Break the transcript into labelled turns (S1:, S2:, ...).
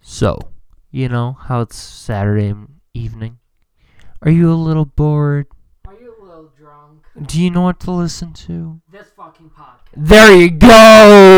S1: So, you know how it's Saturday m- evening? Are you a little bored?
S2: Are you a little drunk?
S1: Do you know what to listen to?
S2: This fucking podcast.
S1: There you go!